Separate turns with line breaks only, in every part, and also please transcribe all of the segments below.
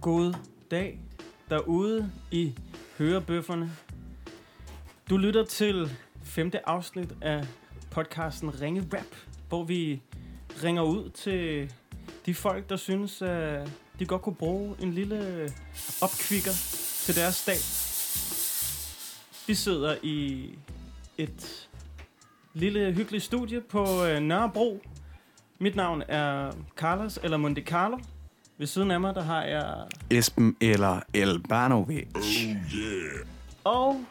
god dag derude i hørebøfferne. Du lytter til femte afsnit af podcasten Ringe Rap, hvor vi ringer ud til de folk, der synes, at de godt kunne bruge en lille opkvikker til deres dag. Vi sidder i et lille hyggeligt studie på øh, Nørrebro. Mit navn er Carlos, eller Monte Carlo. Ved siden af mig, der har jeg...
Esben eller Elbanovic.
Og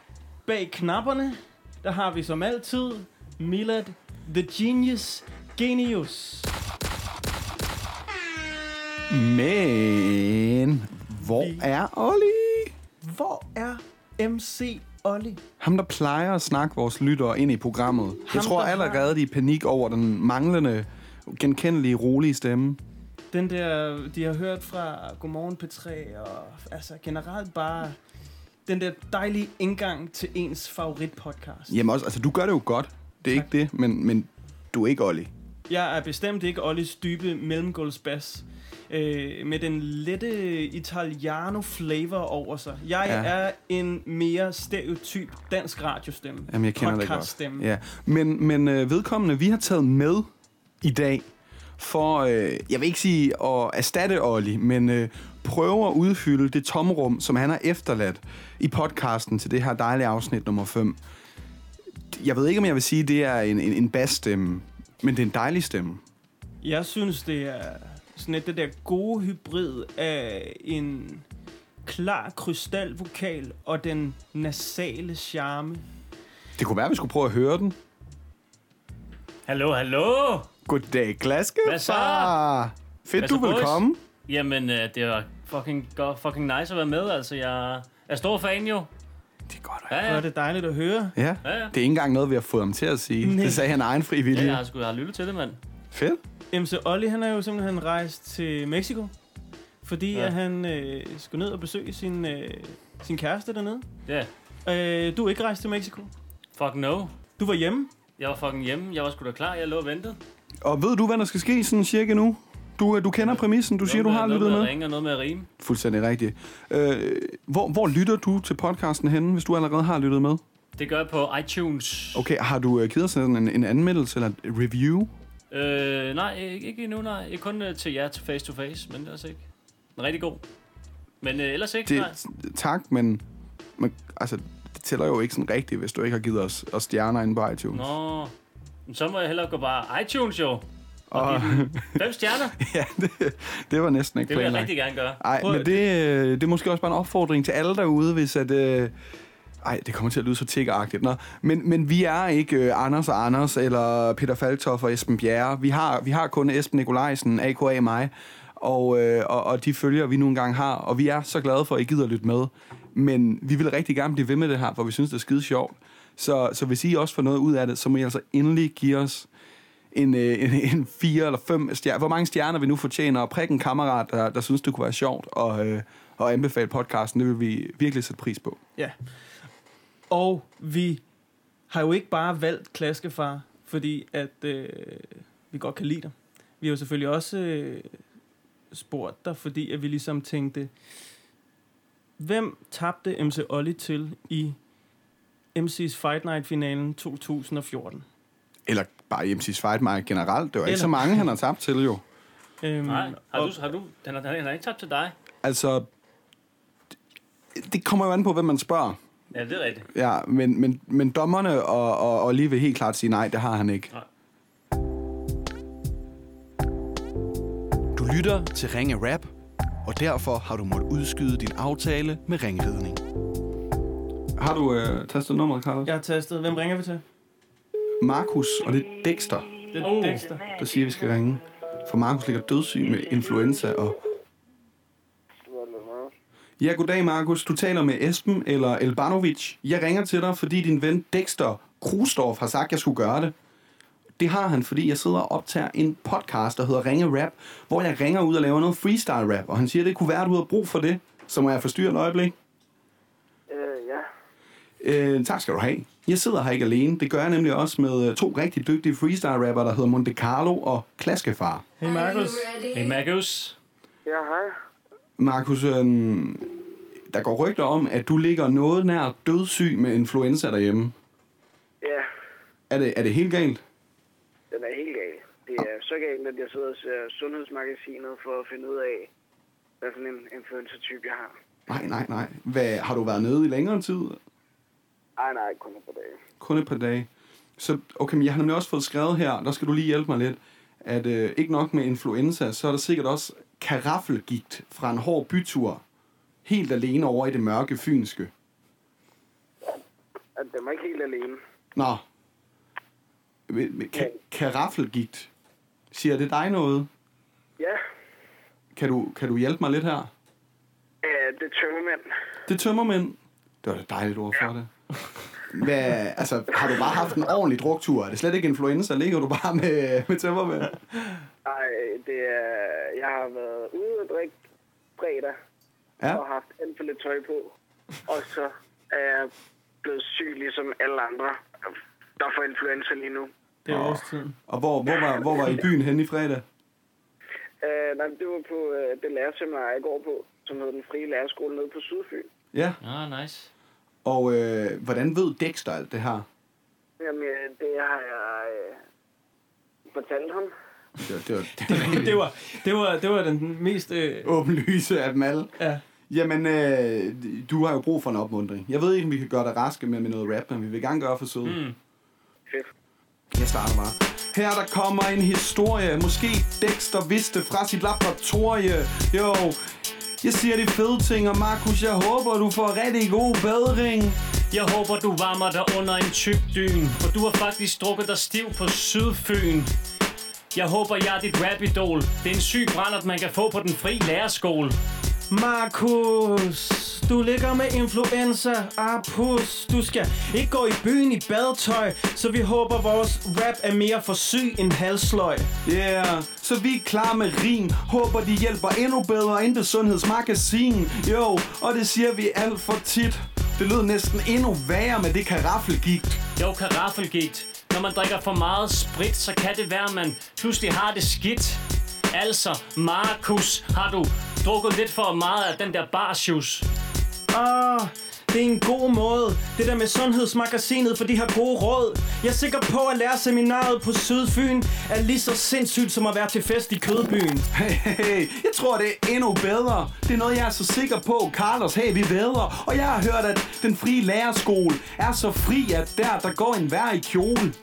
bag knapperne, der har vi som altid Milad The Genius Genius.
Men hvor er Olli?
Hvor er MC Olli?
Ham, der plejer at snakke vores lyttere ind i programmet.
Ham,
Jeg tror
der har-
allerede, de er i panik over den manglende, genkendelige, rolige stemme.
Den der, de har hørt fra Godmorgen P3, og altså generelt bare den der dejlige indgang til ens favoritpodcast.
Jamen også, altså du gør det jo godt. Det er
Tak.
ikke det, men, men du er ikke Olli.
Jeg er bestemt ikke Ollis dybe mellemgulvsbas øh, med den lette italiano-flavor over sig. Jeg ja.
Ja.
er en mere stereotyp dansk radiostemme.
Jamen, jeg kender det godt.
Podcaststemme.
Ja. Men, men øh, vedkommende, vi har taget med i dag, for, øh, jeg vil ikke sige at erstatte Olli, men øh, prøve at udfylde det tomrum, som han har efterladt i podcasten til det her dejlige afsnit nummer 5. Jeg ved ikke, om jeg vil sige, at det er en, en, en bassstemme, men det er en dejlig stemme.
Jeg synes, det er sådan et, det der gode hybrid af en klar krystalvokal og den nasale charme.
Det kunne være, at vi skulle prøve at høre den.
Hallo, hallo!
Goddag, Glaske.
Hvad så?
far. Fedt,
Hvad
du
så,
vil
boys?
komme.
Jamen, øh, det var fucking, go- fucking nice at være med, altså. Jeg er stor fan, jo.
Det er godt at
Ja,
Ja.
ja.
Og det er dejligt at høre.
Ja.
Ja, ja.
Det er ikke engang noget, vi har fået ham til at sige.
Nej.
Det sagde han af egen fri vilje.
ja jeg har sgu jeg har lyttet til det, mand.
Fedt.
MC Olli, han er jo simpelthen rejst til Mexico, fordi ja.
Ja.
at han øh, skulle ned og besøge sin, øh, sin kæreste dernede.
Ja, yeah.
Øh, du er ikke rejst til Mexico.
fuck no.
Du var hjemme.
Jeg var fucking hjemme. Jeg var sgu da klar. Jeg lå og ventede.
Og ved du, hvad der skal ske sådan cirka nu? Du, du kender præmissen, du siger, du
Noget
har
med-
lyttet
Noget med at
med.
ringe og noget med at rime.
Fuldstændig rigtigt. Øh, hvor, hvor lytter du til podcasten henne, hvis du allerede har lyttet med?
Det gør jeg på iTunes.
Okay, har du øh, givet sådan en, en anmeldelse eller et review?
Øh, nej, ikke, ikke endnu, nej. Ikke kun øh, til jer til face to face, men ellers ikke. Den er rigtig god. Men øh, ellers ikke, det...
Det,
nej.
tak, men, men altså, det tæller jo ikke sådan rigtigt, hvis du ikke har givet os, os stjerner inde på iTunes.
Nå, Men så må jeg hellere gå bare iTunes, jo. Og
Og-
give den fem stjerner.
ja, det, det var næsten ikke
Det vil jeg
planlagt.
rigtig gerne gøre.
Ej,
Prøv-
men det, øh, det er måske også bare en opfordring til alle derude, hvis at... Øh, ej, det kommer til at lyde så tiggeragtigt. Nå, men, men vi er ikke øh, Anders og Anders, eller Peter Faltoff og Esben Bjerre. Vi har, vi har kun Esben Nikolajsen, a.k.a. mig, og, øh, og, og de følger, vi nu engang har. Og vi er så glade for, at I gider lytte med. Men vi vil rigtig gerne blive ved med det her, for vi synes, det er skide sjovt. Så, så hvis I også får noget ud af det, så må I altså endelig give os en, øh, en, en fire eller fem stjerner. Hvor mange stjerner vi nu fortjener, og prik en kammerat, der, der synes, det kunne være sjovt, og, øh, og anbefale podcasten. Det vil vi virkelig sætte pris på.
Ja. Og vi har jo ikke bare valgt Klaskefar, fordi at øh, vi godt kan lide dig. Vi har jo selvfølgelig også øh, spurgt dig, fordi at vi ligesom tænkte, hvem tabte MC Olli til i MC's Fight Night-finalen 2014?
Eller bare MC's Fight Mike generelt. Det var ikke
Eller-
så mange, han har tabt til jo.
Øhm,
Nej, har
og-
du, har du, han, har, han har ikke tabt til dig.
Altså, det kommer jo an på, hvem man spørger.
Ja, det er rigtigt.
Ja, men, men, men dommerne og, og, og lige vil helt klart sige nej, det har han ikke.
Nej.
Du lytter til Ringe Rap, og derfor har du måttet udskyde din aftale med ringridning.
Har du øh, tastet nummeret, Carlos? Ja.
Jeg har tastet. Hvem ringer vi til?
Markus, og det er Dexter,
Det er
Oh.
Dexter.
der siger, at vi skal ringe. For Markus ligger dødssyg med influenza og Ja, goddag Markus. Du taler med Esben eller Elbanovic. Jeg ringer til dig, fordi din ven Dexter Krustorf har sagt, at jeg skulle gøre det. Det har han, fordi jeg sidder og optager en podcast, der hedder Ringe Rap, hvor jeg ringer ud og laver noget freestyle rap, og han siger, at det kunne være, at du havde brug for det. Så må jeg forstyrre et øjeblik.
Øh, ja.
Øh, tak skal du have. Jeg sidder her ikke alene. Det gør jeg nemlig også med øh, to rigtig dygtige freestyle rapper, der hedder Monte Carlo og Klaskefar.
Hey Markus.
Hey, Marcus.
Ja, hej.
Markus, øhm, der går rygter om, at du ligger noget nær dødssyg med influenza derhjemme.
Ja,
Er det, er det helt galt?
den er helt gal. Det er så galt, at jeg sidder og ser sundhedsmagasinet for at finde ud af, hvad for en influencer-type jeg har.
Nej, nej, nej. Hvad, har du været nede i længere tid?
Ej, nej, kun på dage.
Kun et par dage. Så, okay, men jeg har nemlig også fået skrevet her, der skal du lige hjælpe mig lidt, at øh, ikke nok med influenza, så er der sikkert også karaffelgigt fra en hård bytur, helt alene over i det mørke fynske.
At Altså, den var ikke helt alene.
Nå. Men- men Ka- karaffelgigt. Siger det dig noget?
Ja,
Kan du, kan du hjælpe mig lidt her?
øh, det er tømmermænd.
Det tømmer mænd. Det var da et dejligt ord for det. Hvad, altså, har du bare haft en ordentlig druktur? Er det slet ikke influenza? Ligger du bare med, med tømmermænd?
Nej, det er... Jeg har været ude og drikke fredag
Ja.
og haft alt for lidt tøj på. Og så er jeg blevet syg ligesom alle andre, der får influenza lige nu.
Det er årstiden.
Og hvor, hvor, var, hvor var I byen hen i fredag?
Øh, nej, det var på øh, det lærerseminar, jeg går på, som hedder Den Frie Lærerskole nede på Sydfyn.
Ja.
Ah, nice.
Og øh, hvordan ved Dexter alt det her?
Jamen, øh, det har jeg øh, fortalt ham.
Det var, det var,
det, var, det, var, det var den mest... Øh,
åbenlyse af dem alle.
ja.
Jamen, øh, du har jo brug for en opmundring. Jeg ved ikke, om vi kan gøre dig raske med, med noget rap, men vi vil gerne gøre forsøget. Mm.
Fedt.
Jeg starter bare. Her der kommer en historie Måske Dexter vidste fra sit laboratorie Jo, jeg siger de fede ting Og Markus, jeg håber du får rigtig god bedring
Jeg håber, du varmer dig under en tyk dyn, for du har faktisk drukket dig stiv på Sydfyn. Jeg håber, jeg er dit rap-idol. Det er en syg brændert, man kan få på den frie lærerskole.
Markus, du ligger med influenza. Ah, pus. Du skal ikke gå i byen i badetøj, så vi håber, vores rap er mere for syg end halsløg.
Yeah, så vi er klar med rim Håber de hjælper endnu bedre end det sundhedsmagasin Jo, og det siger vi alt for tit Det lød næsten endnu værre med det karaffelgigt
Jo, karaffelgigt. Når man drikker for meget sprit, så kan det være, man pludselig har det skidt. Altså, Markus, har du drukket lidt for meget af den der barsjus?
Ah, det er en god måde. Det der med sundhedsmagasinet, for de har gode råd. Jeg er sikker på, at lærerseminaret på Sydfyn er lige så sindssygt som at være til fest i Kødbyen.
Hey, hey, hey, jeg tror, det er endnu bedre. Det er noget, jeg er så sikker på. Carlos, hey, vi vædder. Og jeg har hørt, at den frie lærerskole er så fri, at der, der går en vær i kjole.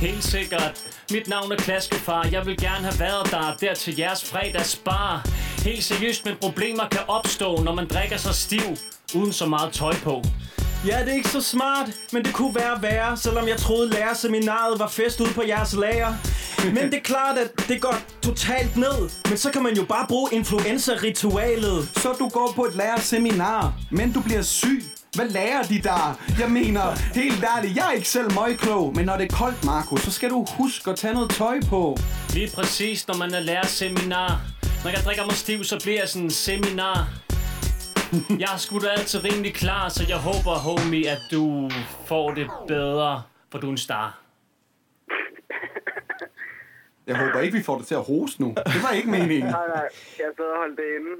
Helt sikkert. Mit navn er Klaskefar. Jeg vil gerne have været der, der til jeres fredagsbar. Helt seriøst, men problemer kan opstå, når man drikker sig stiv, uden så meget tøj på.
Ja, det er ikke så smart, men det kunne være værre, selvom jeg troede lærerseminaret var fest ude på jeres lager. Men det er klart, at det går totalt ned, men så kan man jo bare bruge influenza-ritualet.
Så du går på et lærerseminar, men du bliver syg. Hvad lærer de der? Jeg mener, helt ærligt, jeg er ikke selv møgklog. Men når det er koldt, Marco, så skal du huske at tage noget tøj på.
Lige præcis, når man er lærerseminar. Når jeg drikker mig stiv, så bliver jeg sådan en seminar. Jeg er sgu da altid rimelig klar, så jeg håber, homie, at du får det bedre, for du er en star.
Jeg håber ikke, vi får det til at hoste nu. Det var ikke meningen.
Nej, nej, jeg sad og holdt det inde.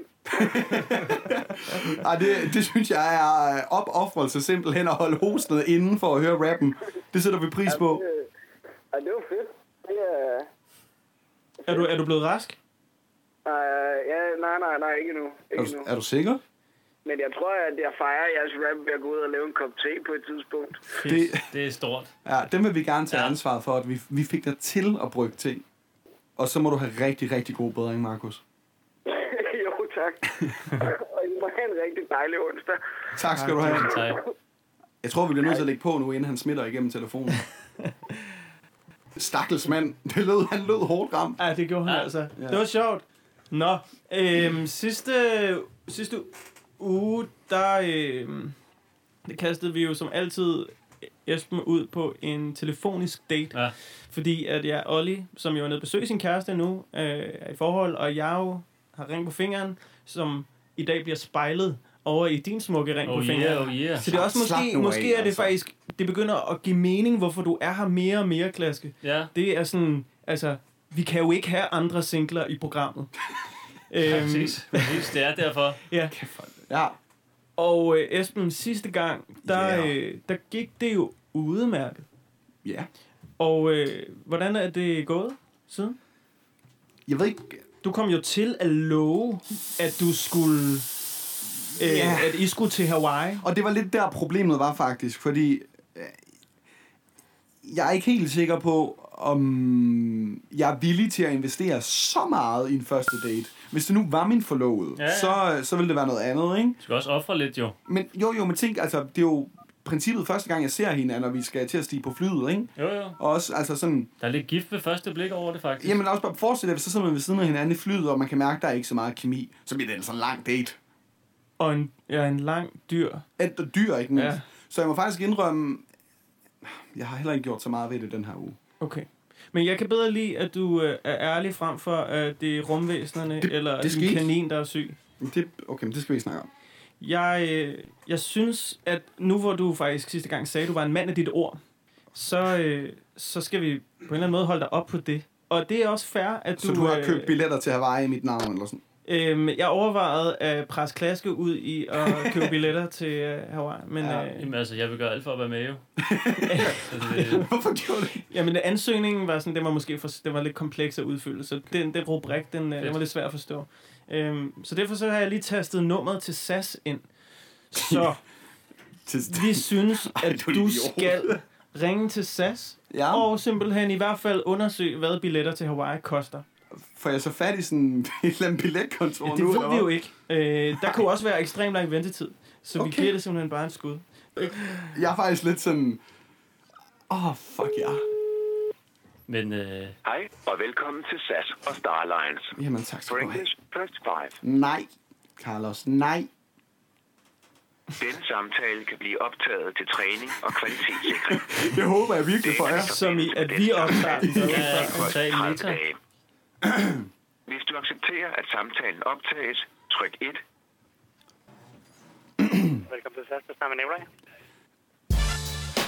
Ej, det, det synes jeg er opoffrelse simpelthen at holde hostet inden for at høre rappen. Det sætter vi pris på.
Øh, og det var fedt. Det, øh,
Er du, er du blevet rask?
øh, ja, nej, nej, nej, ikke nu.
Er
Ikke
du,
nu.
er du sikker?
Men jeg tror, at jeg fejrer jeres rap ved at gå ud og lave en kop te på et tidspunkt.
Det, det er stort.
Ja, dem vil vi gerne tage
Ja.
ansvaret for, at vi, vi fik dig til at brygge te. Og så må du have rigtig, rigtig god bedring, Markus.
jo, tak. og I må have en rigtig dejlig onsdag.
Tak skal du have.
Tak.
Jeg tror, vi bliver nødt til at lægge på nu, inden han smitter igennem telefonen. Stakkels mand. Det lød, han lød hårdt ramt.
Ja, det gjorde han altså. Det var sjovt. Nå, øhm, sidste, sidste uge, der øhm, det kastede vi jo som altid Esben ud på en telefonisk date.
Ja.
Fordi at jeg, Olli, som jo er nede og besøge sin kæreste nu, øh, er i forhold, og jeg jo har ring på fingeren, som i dag bliver spejlet over i din smukke ring på
Oh
fingeren.
yeah, oh yeah.
Så det er også
Slap
måske,
nu af,
måske er det
altså.
faktisk, det begynder at give mening, hvorfor du er her mere og mere, Klaske.
Ja.
Det er sådan, altså, vi kan jo ikke have andre singler i programmet.
Præcis, præcis, det er derfor.
ja.
Ja.
Og øh, Esben, sidste gang, der,
Ja.
øh, der gik det jo udmærket.
Ja.
Og øh, hvordan er det gået siden?
Jeg ved ikke,
Du kom jo til at love, at du skulle... Øh,
Ja.
At I skulle til Hawaii.
Og det var lidt der problemet var faktisk, fordi øh, jeg er ikke helt sikker på, om jeg er villig til at investere så meget i en første date. Hvis det nu var min forlovede, ja,
ja.
ja. Så, øh, så ville det være noget andet, ikke?
Du skal også ofre lidt, jo.
Men jo, jo, men tænk, altså, det er jo princippet første gang, jeg ser hende, når vi skal til at stige på flyet, ikke?
Jo, jo.
Og også, altså sådan,
Der er lidt gift ved første blik over det, faktisk.
jamen også bare forestil dig, hvis så sidder man ved siden af hinanden i flyet, og man kan mærke, at der er ikke så meget kemi, så bliver det en sådan lang date.
Og en, ja, en lang dyr.
Alt og dyr, ikke mindst.
Ja.
Ja. Så jeg må faktisk indrømme, jeg har heller ikke gjort så meget ved det den her uge.
Okay. Men jeg kan bedre lide, at du øh, er ærlig frem for, at det er rumvæsenerne det, eller
det
det en
skete.
kanin, der er syg.
Det, okay, men det skal vi snakke om.
Jeg, øh, jeg synes, at nu hvor du faktisk sidste gang sagde, at du var en mand af dit ord, så, øh, så skal vi på en eller anden måde holde dig op på det. Og det er også fair, at du...
Så du har
øh,
købt billetter til Hawaii i mit navn, eller sådan?
Øhm, jeg overvejede at presse klaske ud i at købe billetter til øh, Hawaii, men
Ja.
ja. øh,
Jamen altså, jeg vil gøre alt for at være med, jo. så det,
Hvorfor gjorde du det?
jamen, ansøgningen var, sådan, den var måske for, den var lidt kompleks at udfylde, så den, den rubrik den, øh, den var lidt svær at forstå. Øhm, så derfor så har jeg lige tastet nummeret til SAS ind. Så
Til-
vi synes,
Ej,
at
du er
du
idiot.
skal ringe til SAS
Ja,
og simpelthen i hvert fald undersøge, hvad billetter til Hawaii koster.
for jeg så fat i sådan et eller andet billetkontor
Ja,
nu.
det
eller
ved vi
hvad?
jo ikke. Øh, der kunne også være ekstremt lang ventetid, så okay. vi
Okay.
giver det simpelthen bare en skud.
Jeg er faktisk lidt sådan... Åh, oh, fuck ja.
men øh,
Hej, og velkommen til SAS og Starlines.
Jamen, tak skal
For
du have.
English, press 5.
Nej, Carlos, nej.
Denne samtale kan blive optaget til træning og kvalitetssikring.
Jeg håber, jeg virkelig får jer.
Som i, at vi optager den.
ja, total
Kost 30
meta.
dage. Hvis du accepterer, at samtalen optages, tryk 1.
Velkommen til SAS, der snakker med Nicolaj.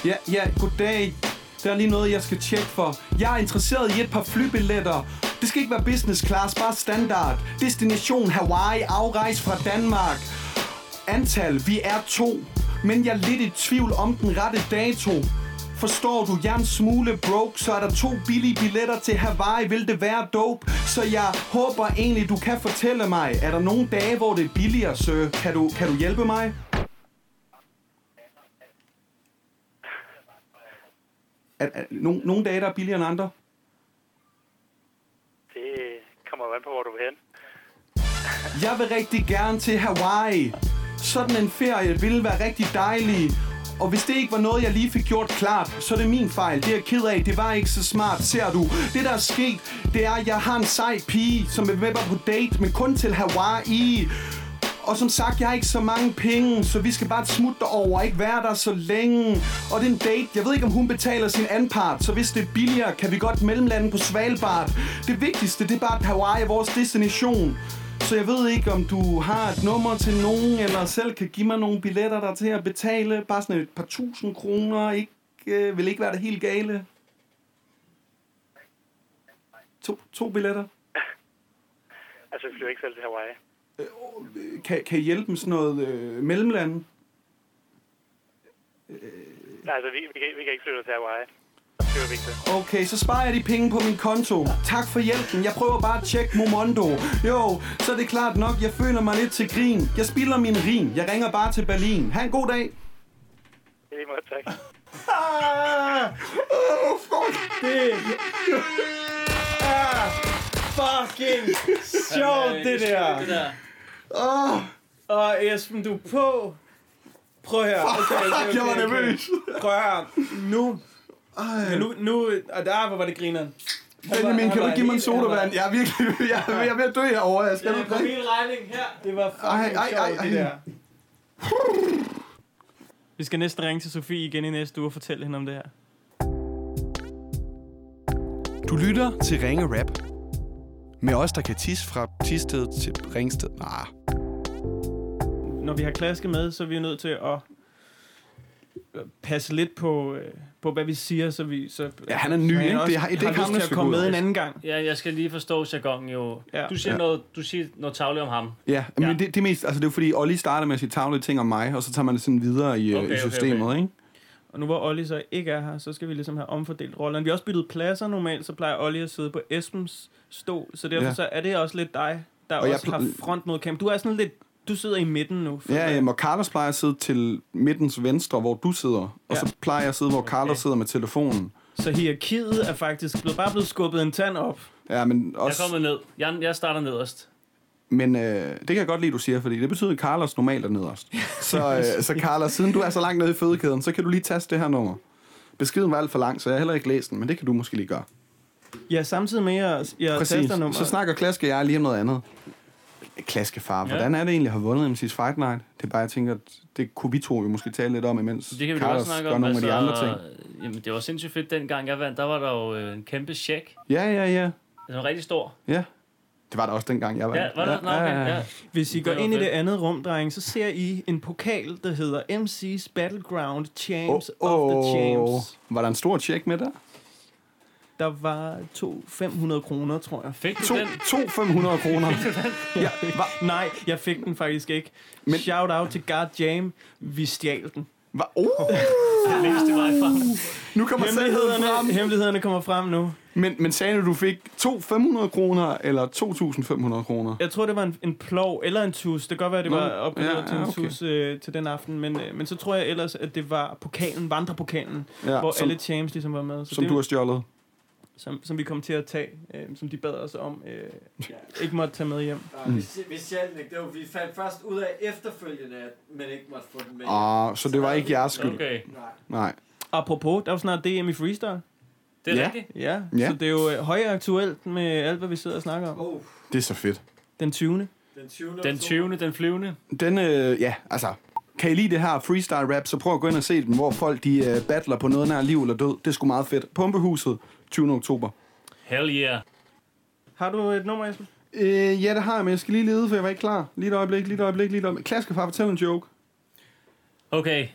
Ja, ja, goddag. Der er lige noget, jeg skal tjekke for. Jeg er interesseret i et par flybilletter. Det skal ikke være business class, bare standard. Destination Hawaii, afrejse fra Danmark. Antal, vi er to. Men jeg er lidt i tvivl om den rette dato. Forstår du, jeg er en smule broke, så er der to billige billetter til Hawaii, vil det være dope? Så jeg håber egentlig, du kan fortælle mig, er der nogle dage, hvor det er billigere, sir? Kan du, kan du hjælpe mig? Er, er, nogle, nogle dage, der er billigere end andre?
Det kommer jo an på, hvor du vil hen.
Jeg vil rigtig gerne til Hawaii. Sådan en ferie ville være rigtig dejlig. Og hvis det ikke var noget, jeg lige fik gjort klart, så er det min fejl. Det er jeg ked af. Det var ikke så smart, ser du. Det, der er sket, det er, at jeg har en sej pige, som er med mig på date, men kun til Hawaii. Og som sagt, jeg har ikke så mange penge, så vi skal bare et smut derover, ikke være der så længe. Og det er en date, jeg ved ikke om hun betaler sin anpart, så hvis det er billigere, kan vi godt mellemlande på Svalbard. Det vigtigste, det er bare, at Hawaii er vores destination. Så jeg ved ikke, om du har et nummer til nogen, eller selv kan give mig nogle billetter, der er til at betale. Bare sådan et par tusind kroner, ikke, øh, vil ikke være det helt gale. To, to billetter.
Altså, vi flyver ikke selv til Hawaii.
Øh, Kan, kan I hjælpe med sådan noget øh, mellemland?
Altså, vi, vi, kan, vi kan ikke flyve til Hawaii. Så flyver vi ikke til.
Okay, så sparer jeg de penge på min konto. Tak for hjælpen. Jeg prøver bare at tjekke Momondo. Jo, så er det klart nok, jeg føler mig lidt til grin. Jeg spilder min rim. Jeg ringer bare til Berlin. Ha' en god dag.
Det er lige måde, tak.
Det er fucking sjovt, det
Det
der.
der.
Åh,
Og Esben, du er på. Prøv her. Okay, okay, okay,
jeg var
okay.
nervøs.
Prøv her. Nu. Men nu, nu, og der var det grineren.
Benjamin,
Han
kan du
var
ikke give mig en
helt- han
sodavand? Jeg er virkelig jeg er, jeg er ved at dø herovre. Jeg skal ikke drikke.
regning her. Det var fucking
Ej, ej, ej,
sjovt, det der. Vi skal næsten ringe til Sofie igen i næste uge og fortælle hende om det her.
Du lytter til Ringe Rap. Med os, der kan tisse fra Tisted til Ringsted. Nej,
Når vi har klaske med, så er vi jo nødt til at øh, passe lidt på, øh, på hvad vi siger, så vi... Så,
Ja, han er ny,
så
ikke?
også
Det er- det er ikke
har
ham,
lyst
der
til at
skal
komme
gå ud
med
af
en
det.
anden gang.
Ja, jeg skal lige forstå jargon jo.
Ja.
Du siger,
Ja.
noget, du siger noget tavle om ham.
Ja, men
Ja.
Det, det er mest, altså det er jo fordi, Olli starter med at sige tavlige ting om mig, og så tager man det sådan videre i, øh,
Okay,
i
okay,
systemet,
okay.
ikke?
Og nu hvor Olli så ikke er her, så skal vi ligesom have omfordelt rollerne. Vi har også byttet pladser normalt, så plejer Olli at sidde på Esbens stol, så derfor
Ja.
ja. så er det også lidt dig, der
Og
og
jeg
også har
pl-
front mod kamp. Du er sådan lidt... Du sidder i midten nu. føler
Ja,
jeg.
jamen, og Carlos plejer at sidde til midtens venstre, hvor du sidder,
Ja.
og så plejer jeg at sidde, hvor Carlos
Okay.
sidder med telefonen.
Så hierarkiet er faktisk blevet, bare blevet skubbet en tand op.
Ja, men
Jeg
også,
kommer ned. Jeg, jeg starter nederst.
men øh, det kan jeg godt lide, du siger, fordi det betyder, at Carlos normalt er nederst. Så, øh, så Carlos, siden du er så langt nede i fødekæden, så kan du lige taste det her nummer. Beskeden var alt for lang, så jeg har heller ikke læst den, men det kan du måske lige gøre.
Ja, samtidig med, at jeg, jeg
Præcis.
tester nummeret.
Så snakker Klaske og jeg lige om noget andet. Klaskefar,
Ja.
hvordan er det egentlig at have vundet MC's Fight Night? Det er bare, jeg tænker, at det kunne vi to jo måske tale lidt om, imens
Det kan vi da
Carlos
også snakke
gør
om. altså-
nogle af de andre ting.
ting. Jamen, det var sindssygt fedt dengang jeg vandt. Der var der jo øh, en kæmpe check.
Ja, ja, ja.
Den var rigtig stor.
ja. Det var der også dengang, jeg var.
Ja, var der? Nå, okay. Ja.
Hvis I går
Det var
ind i
fedt.
det andet rum, drenge, så ser I en pokal, der hedder MC's Battleground Champs
Oh,
of the
oh.
Champs.
Var der en stor check med der?
Der var to 500 kroner, tror jeg.
Fik
To,
du den?
to 500 kroner. ja, var,
Nej, jeg fik den faktisk ikke.
Men-
Men... Shout out til God Jam. Vi stjal den.
var, oh,
Det læste mig fra.
nu kommer sandheden frem.
Hemmelighederne, hemmelighederne kommer frem nu.
Men, men sagde du, du fik to 500 kroner eller 2.500 kroner?
Jeg tror, det var en, en plov eller en tus. Det kan godt være, det
Nå,
var opgraderet
ja,
ja, til en
ja, okay.
okay. tus øh, til den aften. Men, øh, men så tror jeg ellers, at det var pokalen, vandrepokalen,
Ja,
ja, hvor
som-
alle champs ligesom var med. Så
Som
det,
du har stjålet?
som, som vi kom til at tage, øh, som de bad os om, øh, ikke måtte tage med hjem.
Nej, hvis, hvis jeg ikke, det var, vi fandt først ud af efterfølgende, at man ikke måtte få den med.
Ah, så det var ikke jeres skyld?
Okay.
Nej.
Nej.
Apropos, der er jo snart DM i freestyle.
Det er
Ja.
rigtigt.
Ja,
Ja.
så det er jo øh, højaktuelt med alt, hvad vi sidder og snakker om.
Oh,
Det er så fedt.
Den 20.
den 20.
Den 20. den flyvende.
Den, øh, ja, altså, kan I lide det her freestyle rap, så prøv at gå ind og se den, hvor folk de øh, battler på noget nær liv eller død. Det er sgu meget fedt. Pumpehuset, 20. oktober.
Hell yeah.
Har du et nummer, Esben?
Øh, ja, det har jeg, men jeg skal lige lede, for jeg var ikke klar. Lige et øjeblik, lige et øjeblik, lige et øjeblik. Klaskefar, fortæl en joke.
Okay.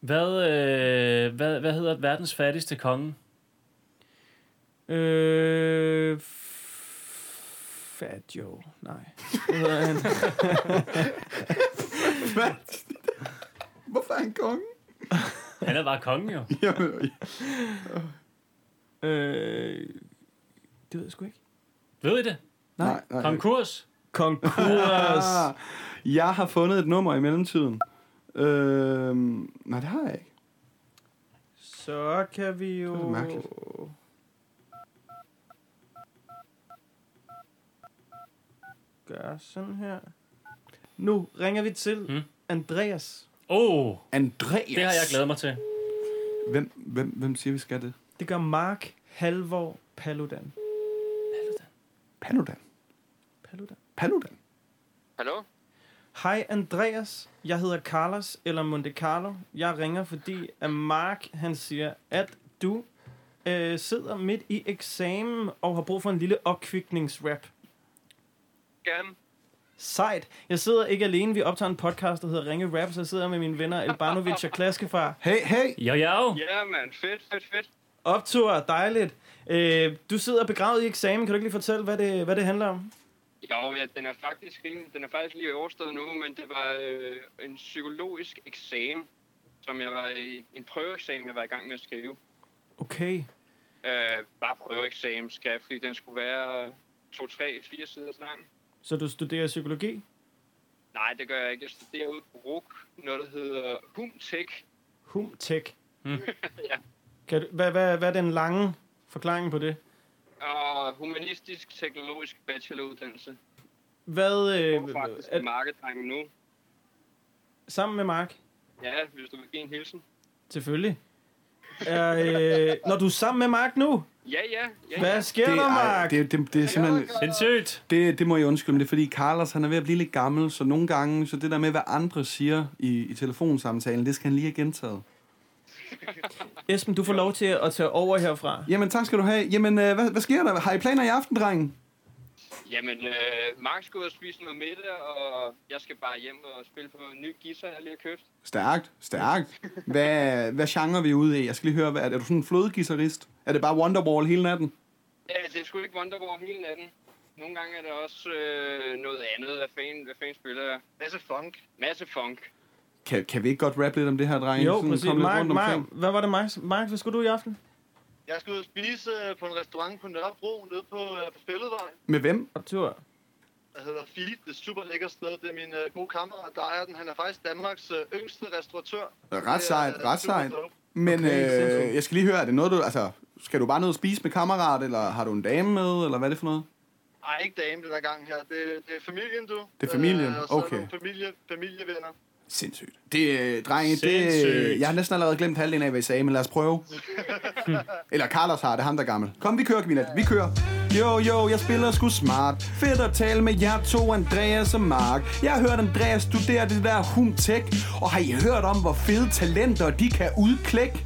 Hvad, øh, hvad, hvad hedder verdens fattigste konge?
Øh, f- Fat Joe. Nej. Hvad hedder han?
Hvad? Hvorfor er han konge?
Han er bare kongen jo.
Jamen,
øh, det ved jeg sgu ikke.
Ved I det?
nej, nej.
Konkurs?
Konkurs.
Ah, jeg har fundet et nummer i mellemtiden. Øh, nej, det har jeg ikke.
så kan vi jo...
Det er mærkeligt.
Gøre sådan her. Nu ringer vi til
Mm.
mm. Andreas.
Oh,
Andreas.
det har jeg glædet mig til.
Hvem, hvem, hvem siger, vi skal det?
Det gør Mark Halvor Paludan.
Paludan.
Paludan.
Paludan.
Hallo?
Hej Andreas, jeg hedder Carlos eller Monte Carlo. Jeg ringer, fordi at Mark han siger, at du øh, sidder midt i eksamen og har brug for en lille opkvikningsrap.
Gerne.
Sejt. Jeg sidder ikke alene. Vi optager en podcast, der hedder Ringe Rap, så jeg sidder med mine venner Elbanovic og Klaskefar.
Hey, hey!
Jo, jo.
Ja, mand. Fedt, fedt, fedt.
Optur, dejligt. Øh, du sidder begravet i eksamen. Kan du ikke lige fortælle, hvad det, hvad det handler om?
Jo, ja, den er faktisk, rimelig- den er faktisk lige overstået nu, men det var øh, en psykologisk eksamen, som jeg var i, en prøveeksamen, jeg var i gang med at skrive.
Okay.
Øh, bare prøveeksamen skriftlig. Den skulle være 2, 3, 4 sider lang.
Så du studerer psykologi?
Nej, det gør jeg ikke. Jeg studerer ude på RUK, noget, der hedder HumTech.
Humtech.
Mm.
Ja.
Kan du, hvad, hvad, hvad er den lange forklaring på det?
Og humanistisk teknologisk bacheloruddannelse.
Hvad, øh,
Jeg er faktisk
er,
markeddreng nu.
sammen med Mark,
Ja, hvis du vil give en hilsen.
selvfølgelig. Er, øh, når du er sammen med Mark nu,
Ja, ja. ja, ja.
hvad sker
Det,
der,
ej,
Mark?
det, det, det er simpelthen...
Sindssygt.
Det, det må jeg undskylde, men det er fordi Carlos, han er ved at blive lidt gammel, så nogle gange, så det der med, hvad andre siger i, i telefonsamtalen, det skal han lige have gentaget.
Esben, du får lov til at tage over herfra.
Jamen, tak skal du have. Jamen, øh, hvad, hvad sker der? Har I planer i aften, drenge?
Jamen, øh, Mark skal ud og spise noget middag, og jeg skal bare hjem og spille på en ny guitar, jeg lige har købt.
Stærkt, stærkt. Hvad, hvad genre er vi ude i? Jeg skal lige høre, hvad, er du sådan en flødegitarrist? Er det bare Wonderwall hele natten?
Ja, det er sgu ikke Wonderborg hele natten. Nogle gange er der også øh, noget andet. Hvad fanden, hvad fanden spiller jeg? Masse funk. Masse funk.
Kan, kan vi ikke godt rappe lidt om det her, drenge?
Jo,
Sådan
præcis.
komme lidt
Mark,
rundt
Mark,
omkring.
hvad var det, Mark? Mark, hvad skulle du i aften?
Jeg skal ud og spise øh, på en restaurant på Nørrebro, nede på, øh, på Fælledvej,
Med hvem?
Og tur.
der hedder Filip. Det er et super lækkert sted. Det er min øh, gode kammerat, der ejer den. Han er faktisk Danmarks øh, yngste restauratør.
Ret sejt,
Det er, øh,
ret
super
sejt.
dope.
Men
Okay,
okay,
sindssygt.
øh, jeg skal lige høre, er det noget, du... Altså, skal du bare ned og spise med kammerat, eller har du en dame med, eller hvad er det for noget?
Ej, ikke dame den her gang her. Det, det er familien, du. Øh,
Det er familien,
og så er der
okay.
nogle Familie, familievenner.
Sindssygt. Det, øh, drenge, det...
Sindssygt.
Øh, jeg har næsten allerede glemt halvdelen af, hvad I sagde, men lad os prøve. eller Carlos har, det er ham, der er gammel. Kom, vi kører, Kvinat. Vi kører. Jo, jo, jeg spiller sgu smart. Fedt at tale med jer to, Andreas og Mark. Jeg har hørt Andreas studere det der humtech. Og har I hørt om, hvor fede talenter de kan udklække?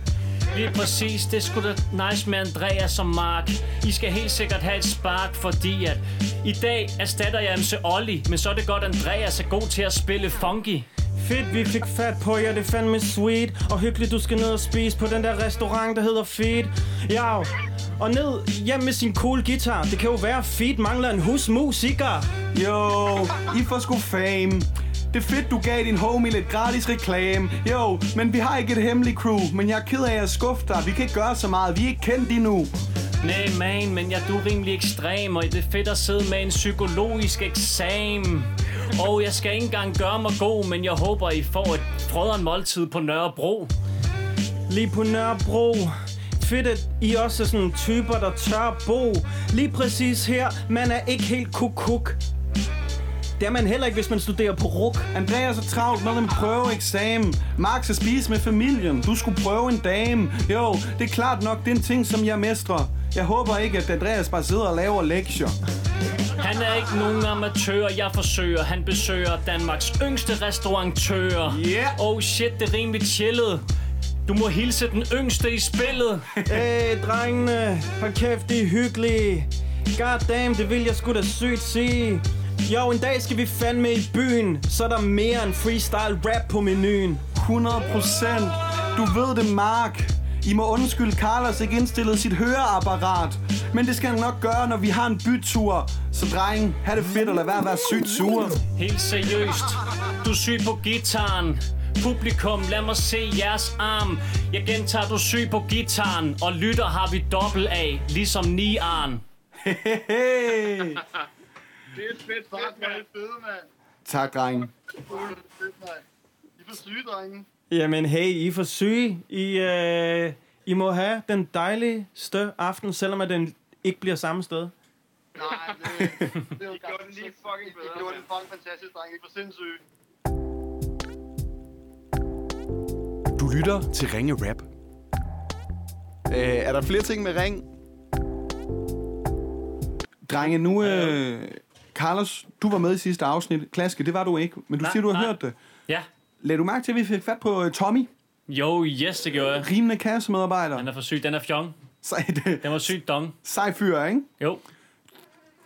Lige præcis, det skulle da nice med Andreas og Mark. I skal helt sikkert have et spark, fordi at i dag erstatter jeg MC Olli, men så er det godt, Andreas er god til at spille funky.
Fedt, vi fik fat på jer, det er fandme sweet. Og hyggeligt, du skal ned og spise på den der restaurant, der hedder Feed. Ja, og ned hjem med sin cool guitar. Det kan jo være, at Feed mangler en husmusiker.
Jo, I får sgu fame. Det er fedt, du gav din homie lidt gratis reklame. Jo, men vi har ikke et hemmeligt crew. Men jeg er ked af at skuffe dig. Vi kan ikke gøre så meget. Vi er ikke kendt endnu.
Nej, man, men jeg du er rimelig ekstrem, og det er fedt at sidde med en psykologisk eksamen. Og jeg skal ikke engang gøre mig god, men jeg håber, I får et frøderen måltid på Nørrebro.
Lige på Nørrebro. Fedt, at I også er sådan typer, der tør at bo. Lige præcis her, man er ikke helt kukuk. Det er man heller ikke, hvis man studerer på RUK.
Andreas er travlt med en prøveeksamen. Mark skal spise med familien. Du skulle prøve en dame. Jo, det er klart nok, det er en ting, som jeg mestrer. Jeg håber ikke, at Andreas bare sidder og laver lektier.
Han er ikke nogen amatør, jeg forsøger. Han besøger Danmarks yngste restaurantør.
Yeah.
Oh shit, det er rimelig chillet. Du må hilse den yngste i spillet.
Hey, drengene. Hold kæft, det er hyggeligt. God damn, det vil jeg sgu da sygt sige. Jo, en dag skal vi fandme i byen. Så er der mere end freestyle rap på menuen.
100 procent. Du ved det, Mark. I må undskylde, Carlos ikke indstillede sit høreapparat. Men det skal han nok gøre, når vi har en bytur. Så drenge, have det fedt og lad være at være sygt sure.
Helt seriøst. Du er syg på gitaren. Publikum, lad mig se jeres arm. Jeg gentager, du er syg på gitaren. Og lytter har vi dobbelt af, ligesom niaren.
Hey.
Det er fedt,
Fuck, hvor er det fede, mand.
Tak, drenge.
Hvor er det fedt, mand. I er for syge, drenge.
Jamen, hey, I er for syge. I, øh, I må have den dejligste aften, selvom at den ikke bliver samme sted.
Nej, det, det er jo
gjorde den lige fucking
I
bedre,
gjorde det
mand.
fucking fantastisk, drenge. I er for sindssyge.
Du lytter til Ringe Rap.
Øh, er der flere ting med ring? Drenge, nu... Øh, Carlos, du var med i sidste afsnit. Klaske, det var du ikke, men du
Nej,
siger, du har
nej.
hørt det.
Ja.
Lad du mærke til, at vi fik fat på øh, Tommy,
Jo, yes, det gjorde jeg.
rimende kassemedarbejder.
Den er for syg, den er fjong.
Sej, det,
Den var sygt dong.
sej fyr, ikke?
Jo.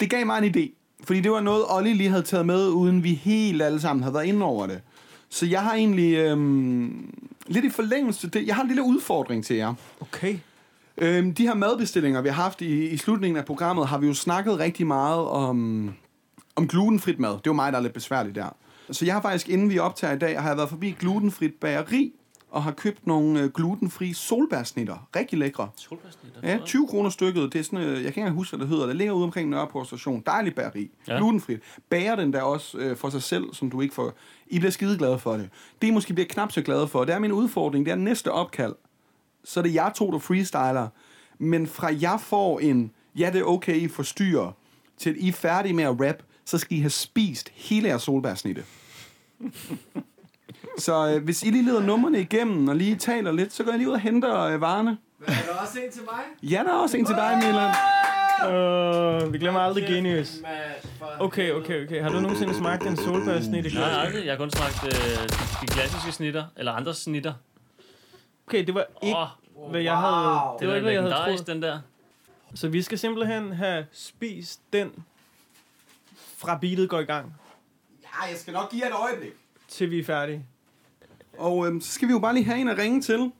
Det gav mig en idé, fordi det var noget, Olli lige havde taget med, uden vi helt alle sammen havde været inde over det. Så jeg har egentlig øhm, lidt i forlængelse... Det, jeg har en lille udfordring til jer.
Okay.
Øhm, de her madbestillinger, vi har haft i, i slutningen af programmet, har vi jo snakket rigtig meget om, om glutenfrit mad. Det var mig, der er lidt besværlig der. Så jeg har faktisk, inden vi optager i dag, har jeg været forbi glutenfrit bageri og har købt nogle øh, glutenfrie solbærsnitter. Rigtig lækre. Ja, 20 kroner stykket. Det er sådan, øh, jeg kan ikke engang huske, hvad det hedder. Det ligger ude omkring Nørreport station. Dejlig bageri. Ja.
Ja.
Glutenfrit. Bager den der også øh, for sig selv, som du ikke får... I bliver skideglade for det. Det, I måske bliver knap så glade for, det er min udfordring. Det er næste opkald. Så er det jeg to, der freestyler. Men fra jeg får en, ja, det er okay, I forstyrrer, til at I er færdige med at rap, så skal I have spist hele jeres solbærsnitte. så øh, hvis I lige leder numrene igennem og lige taler lidt, så går jeg lige ud og henter øh, varerne.
Men er der også en til mig?
Ja, der er også en til dig, Milan.
Uh, vi glemmer aldrig Genius.
Mand, for
Okay, okay, okay. Har du nogensinde smagt en solbærsnit i
Nej,
glas?
aldrig. Jeg har kun smagt øh, de klassiske snitter, eller andre snitter.
Okay, det var
Åh,
ikke,
oh,
hvad jeg havde...
Wow.
Det
det
var
var
ikke, hvad jeg havde
legendarisk,
troet.
den der.
Så vi skal simpelthen have spist den fra beatet går i gang,
Ja, jeg skal nok give jer et øjeblik.
til vi er færdige.
Og øhm, så skal vi jo bare lige have en at ringe til.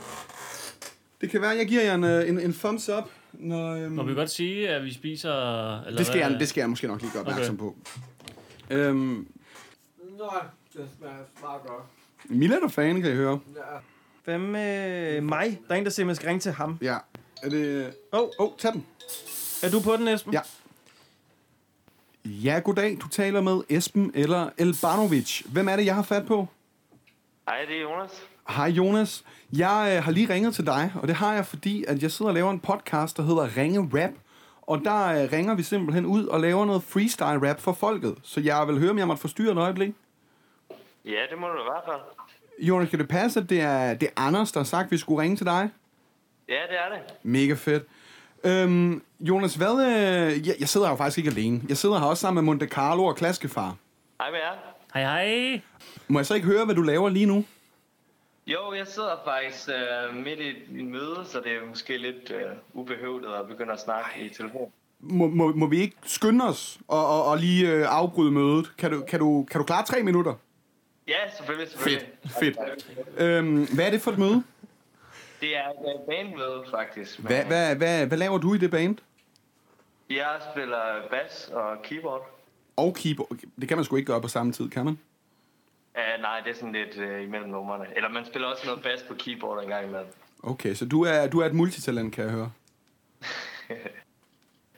Det kan være, jeg giver jer en, øh, en, en thumbs up, når... Øhm,
Må vi godt sige, at vi spiser... Eller
det, skal
hvad?
jeg, det skal jeg måske nok lige gøre opmærksom okay. på. Øhm,
Nå, det smager meget godt.
Mille er der fan, kan jeg høre.
Ja.
Hvad med mig? Der er en, der siger, at man skal ringe til ham.
Ja. Er det...
Åh, oh,
Åh, oh, tag den.
er du på den, Esben?
Ja. Ja, goddag. Du taler med Esben eller Elbanovic. Hvem er det, jeg har fat på?
Hej, det er Jonas.
Hej Jonas. Jeg øh, har lige ringet til dig, og det har jeg, fordi at jeg sidder og laver en podcast, der hedder Ringe Rap. Og der øh, ringer vi simpelthen ud og laver noget freestyle rap for folket. Så jeg vil høre, om jeg måtte forstyrre et øjeblik.
Ja, det må du i hvert fald.
Jonas, kan det passe, at det er, det er Anders, der har sagt, at vi skulle ringe til dig?
Ja, det er det.
Mega fedt. Øhm, Jonas, hvad... Øh, jeg, jeg sidder her jo faktisk ikke alene. Jeg sidder her også sammen med Monte Carlo og Klaskefar.
Hej med jer.
Hej, hej.
Må jeg så ikke høre, hvad du laver lige nu?
Jo, jeg sidder faktisk øh, midt i et møde, så det er måske lidt øh, ubehøvet at begynde at snakke i telefon.
Må, må, må vi ikke skynde os og, og, og lige øh, afbryde mødet? Kan du, kan, du, kan du klare tre minutter?
Ja, selvfølgelig, selvfølgelig.
Fedt. Øhm, hvad er det for et møde?
Det er et øh, bandmøde, faktisk. Men,
Hvad, hvad, hvad, hvad laver du i det band?
øh, Jeg spiller bas og keyboard.
Og keyboard. Det kan man sgu ikke gøre på samme tid, kan man?
Uh, nej, det er sådan lidt uh, imellem numrene. Eller man spiller også noget bas på keyboard en gang imellem.
Okay, så du er, du er et multitalent, kan jeg høre.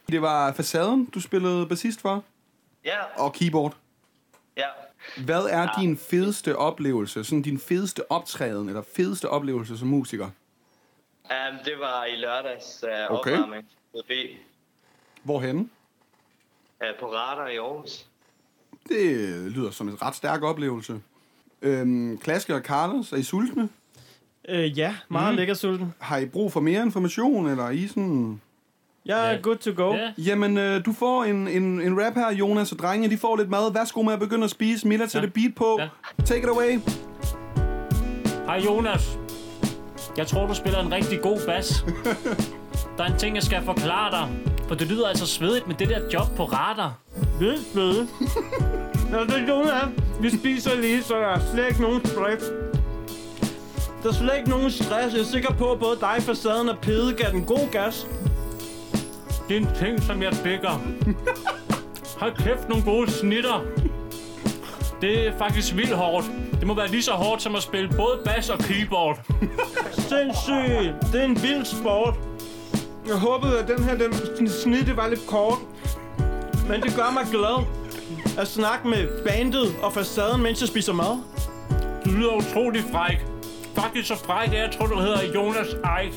Det var facaden, du spillede bassist for,
Ja,
og keyboard.
ja.
Hvad er din fedeste oplevelse, sådan din fedeste optræden, eller fedeste oplevelse som musiker?
Um, det var i lørdags uh,
Okay.
opvarmning ved B
Hvorhen?
uh, på Radar i Aarhus.
Det lyder som en ret stærk oplevelse. Øhm, Klaske og Carlos, er I sultne?
Øh, ja,
Mhm.
meget mm. lækker sulten.
Har I brug for mere information, eller er I sådan...
Jeg er
Ja.
good to go.
Ja.
Jamen, øh, du får en, en, en rap her, Jonas og drenge. De får lidt mad. Værsgo med at begynde at spise. Milla til ja. det beat på. Ja.
Ja.
Take it away.
Hej Jonas. Jeg tror, du spiller en rigtig god bas. Der er en ting, jeg skal forklare dig. For det lyder altså svedigt med det der job på radar.
Det er spæde. Nå, det er Jonas. Vi spiser lige, så der er slet ikke nogen stress. Der er slet ikke nogen stress. Jeg er sikker på, at både dig, facaden og Pede gav den god gas.
Det er en ting, som jeg bækker. Hold kæft, nogle gode snitter. Det er faktisk vildt hårdt. Det må være lige så hårdt som at spille både bas og keyboard.
Sindssygt. Det er en vild sport. Jeg håbede, at den her den, den snitte var lidt kort. Men det gør mig glad at snakke med bandet og facaden, mens jeg spiser mad.
Du lyder utrolig fræk. Faktisk så fræk, at jeg tror, du hedder Jonas Eik.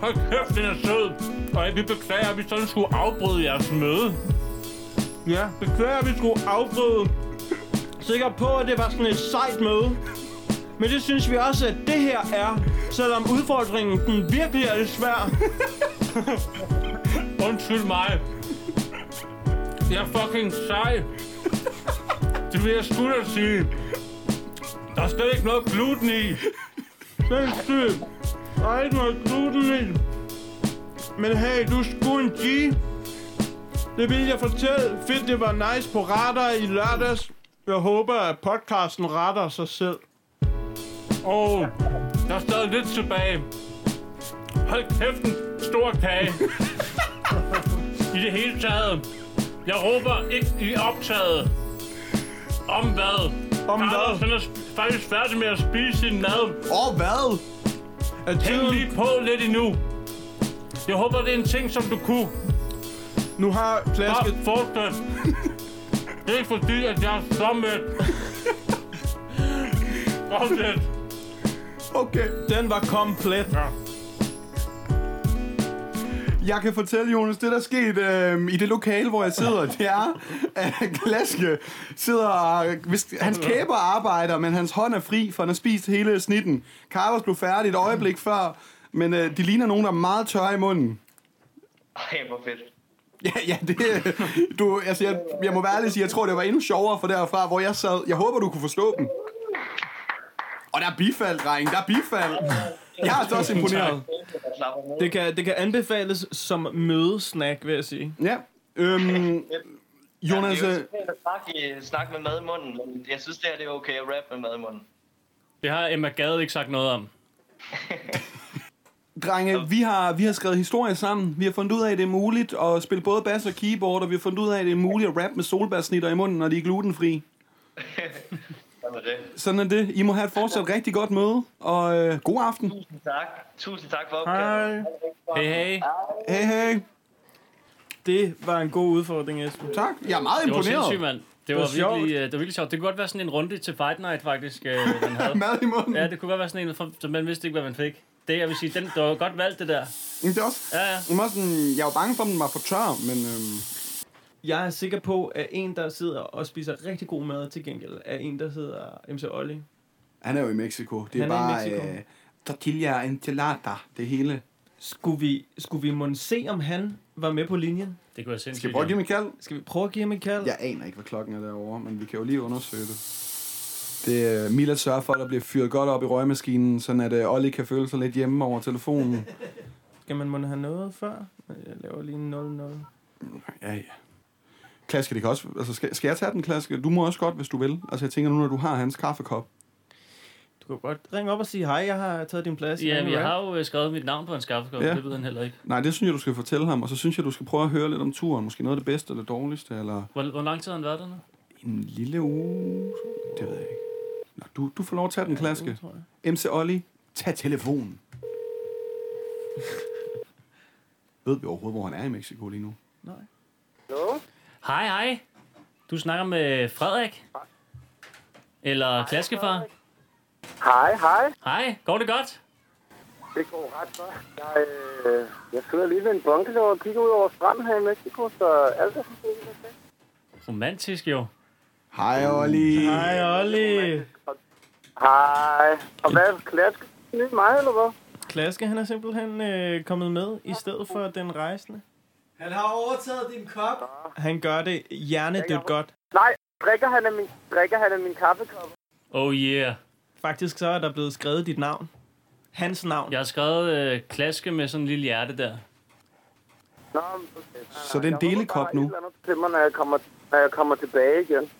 Hold kæft, den er sød. Og vi beklager, at vi sådan skulle afbryde jeres møde.
Ja, beklager, at vi skulle afbryde. Sikker på, at det var sådan et sejt møde. Men det synes vi også, at det her er, selvom udfordringen den virkelig er lidt svær.
Undskyld mig. Jeg er fucking sej. Det vil jeg sgu da sige. Der er slet ikke noget gluten i.
Sindssygt. Der er ikke noget gluten i. Men hey, du skulle en G. Det vil jeg fortælle. Fedt, det var nice på radar i lørdags. Jeg håber, at podcasten retter sig selv.
Og der er stadig lidt tilbage. Hold kæft, en stor kage. I det hele taget. Jeg råber ikke i optaget. Om hvad?
Om hvad?
Anders, han er sp- faktisk færdig med at spise sin mad.
Åh, oh, hvad?
At
Hæng lige
tiden,
på lidt endnu. Jeg håber, det er en ting, som du kunne.
nu har
Bare
klasket...
fortsæt. Det er ikke fordi, at jeg er så mæt. Fortsæt.
Okay.
Den var komplet.
Jeg kan fortælle, Jonas, det der skete øh, i det lokale, hvor jeg sidder, det er, at Klaske sidder og... Hvis, hans kæber arbejder, men hans hånd er fri, for han har spist hele snitten. Carlos blev færdig et øjeblik før, men øh, de ligner nogen, der er meget tørre i munden.
Ej, hvor fedt.
Ja, ja, det, du, altså, jeg, jeg må være ærlig og sige, jeg tror, det var endnu sjovere for derfra, hvor jeg sad. Jeg håber, du kunne forstå dem. Og der er bifald, dreng. Der er bifald. Jeg er altså også imponeret.
Jeg slapper ned.
Det kan, det kan anbefales som mødesnack, vil jeg sige.
Ja. Øhm,
Ja, det er
Jonas,
jo
øh,
ikke så pænt at snakke, i- snakke med mad i munden, men jeg synes, det her det er okay at rap med mad i munden.
Det har Emma Gade ikke sagt noget om.
øh, Drenge, vi har, vi har skrevet historier sammen. Vi har fundet ud af, at det er muligt at spille både bass og keyboard, og vi har fundet ud af, at det er muligt at rappe med solbærsnitter i munden, når de er glutenfri.
Sådan er det.
Sådan er det. I må have et fortsat rigtig godt møde, og øh, god aften.
Tusind tak. Tusind tak for
Hej.
opgaven.
Hey, hey.
Hej, hej.
Det var en god udfordring, Esben.
Tak. Jeg er meget
Det var sindssygt,
imponeret.
mand. Det
var
var,
sjovt.
virkelig, øh, det var virkelig sjovt. Det kunne godt være sådan en runde til Fight Night, faktisk, øh, den havde.
Mad i munden.
Ja, det kunne godt være sådan en, for- så man vidste ikke, hvad man fik. Det, jeg vil sige, den, det var godt valgt, det der.
Men Det er også,
Ja, ja.
det var sådan, jeg var bange for, at den var for tør, men øhm,
Jeg er sikker på, at en, der sidder og spiser rigtig god mad til gengæld, er en, der hedder MC Olli.
han er jo i Mexico. Det er,
Han er i
bare
Mexico.
øh, tortilla enchilada, det hele.
Skulle vi, skulle vi måske se, om han var med på linjen?
Det kunne være sindssygt.
Skal vi prøve at give
jo.
dem en kald?
Skal vi prøve at give ham et kald?
Jeg aner ikke, hvad klokken er derovre, men vi kan jo lige undersøge det. Det er Mila sørger for, at der bliver fyret godt op i røgmaskinen, sådan at øh, Olli kan føle sig lidt hjemme over telefonen.
Skal man måtte have noget før? Jeg laver lige en 0-0.
Ja, ja. Klaske, det kan også... Altså, skal, skal jeg tage den, Klaske? Du må også godt, hvis du vil. Altså, jeg tænker nu, når du har hans kaffekop.
Du kan godt ringe op og sige, hej, jeg har taget din plads. i
Ja,
Ringe
men jeg
Rap."
har jo øh, skrevet mit navn på en skaffekop,
Ja.
ja. det ved han heller ikke.
Nej, det synes jeg, du skal fortælle ham, og så synes jeg, du skal prøve at høre lidt om turen. Måske noget af det bedste eller det dårligste, eller
Hvor, hvor lang tid har han været der nu?
en lille uge. Det ved jeg ikke. Nå, du, du får lov at tage den, Klaske.
tror
MC Olli, tag telefonen. ved vi overhovedet, hvor han er i Mexico lige nu?
Hallo?
Hej, hej. Du snakker med Frederik? Eller Klaskefar?
Hej, hej.
Hej, går det godt?
Det går ret godt. Jeg, øh, jeg sidder lige ved en bunker og kigger ud over stranden her i Mexico, så alt er fuldstændig perfekt.
Romantisk jo.
Hej, Olli.
Hej, Olli.
Hej. Og hvad, klasker du lige mig, eller hvad?
Klaske, han er simpelthen øh, kommet med i stedet for den rejsende.
Han har overtaget din kop.
Han gør det hjernedødt godt.
Nej, drikker han af min, drikker han af min kaffekop?
Oh yeah.
Faktisk så er der blevet skrevet dit navn. Hans navn.
Jeg har skrevet øh, Klaske med sådan en lille hjerte der.
Nå, men okay. Nej,
Så det er
nej, jeg
en
håber,
delekop
der er
nu?
et eller andet til mig, når jeg kommer, når jeg kommer tilbage igen.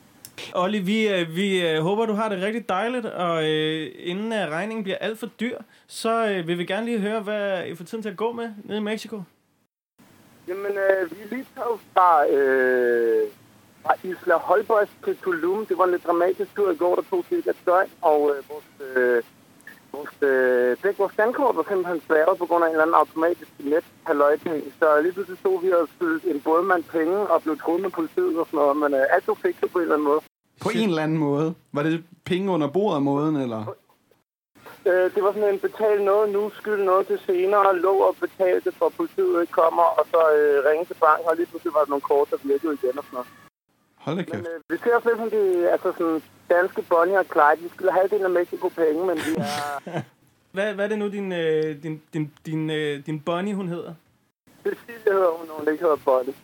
Olli, vi, øh, vi øh, håber, du har det rigtig dejligt, og øh, inden øh, regningen bliver alt for dyr, så øh, vil vi gerne lige høre, hvad I får tiden til at gå med nede i Mexico.
Jamen, øh, vi er lige taget fra, øh, fra Isla Holbox til Tulum. Det var en lidt dramatisk tur i går, der tog cirka et døgn, og øh, vores, øh, vores, øh, dæk, vores standkort var simpelthen spærret på grund af en eller anden automatisk net halvøjting. Så lige pludselig stod vi og skyldte en bådmand penge og blev troet med politiet og sådan noget, men øh, alt blev fikset på en eller anden måde.
På en eller anden måde. Var det penge under bordet måden, eller?
Øh, det var sådan en betal noget nu, skyld noget til senere, lå og betalte for politiet ikke kommer, og så øh, ringe til banken, og lige pludselig var der nogle kort, der virkede igen og sådan noget.
Hold da
Men
kæft.
øh, vi ser os lidt som de altså sådan, danske Bonnie og Clyde. Vi skylder halvdelen af Mexico penge, men vi er...
Hvad, hvad er det nu, din, øh, din, din, din, øh, din bunny, hun hedder?
Cecilie hedder hun, når hun ikke hedder Bonnie.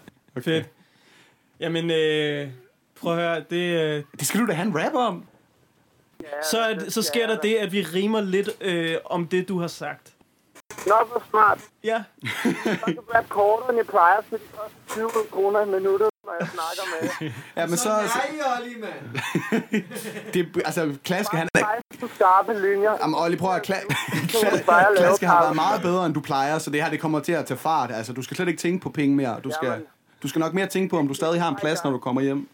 Fedt. Jamen, øh, prøv at høre, det, øh,
Det skal du da have en rap om.
Ja,
så, er, det- så sker der det, at vi rimer lidt øh, om det, du har sagt.
Nå, hvor smart.
Ja,
Så kan du være kortere, end jeg plejer, fordi det koster 20 kroner i minuttet, når jeg snakker med jer.
Ja, men
Så
så...
nej, Olli, mand.
Det, altså, Klaske, han er...
16 skarpe linjer.
Jamen, Olli, prøv at... Kla-
må du bare lave
Klaske har været
pause.
meget bedre, end du plejer, så det her, det kommer til at tage fart. Altså, du skal slet ikke tænke på penge mere. Du skal,
Jamen.
du skal nok mere tænke på, om du stadig har en plads, når du kommer hjem.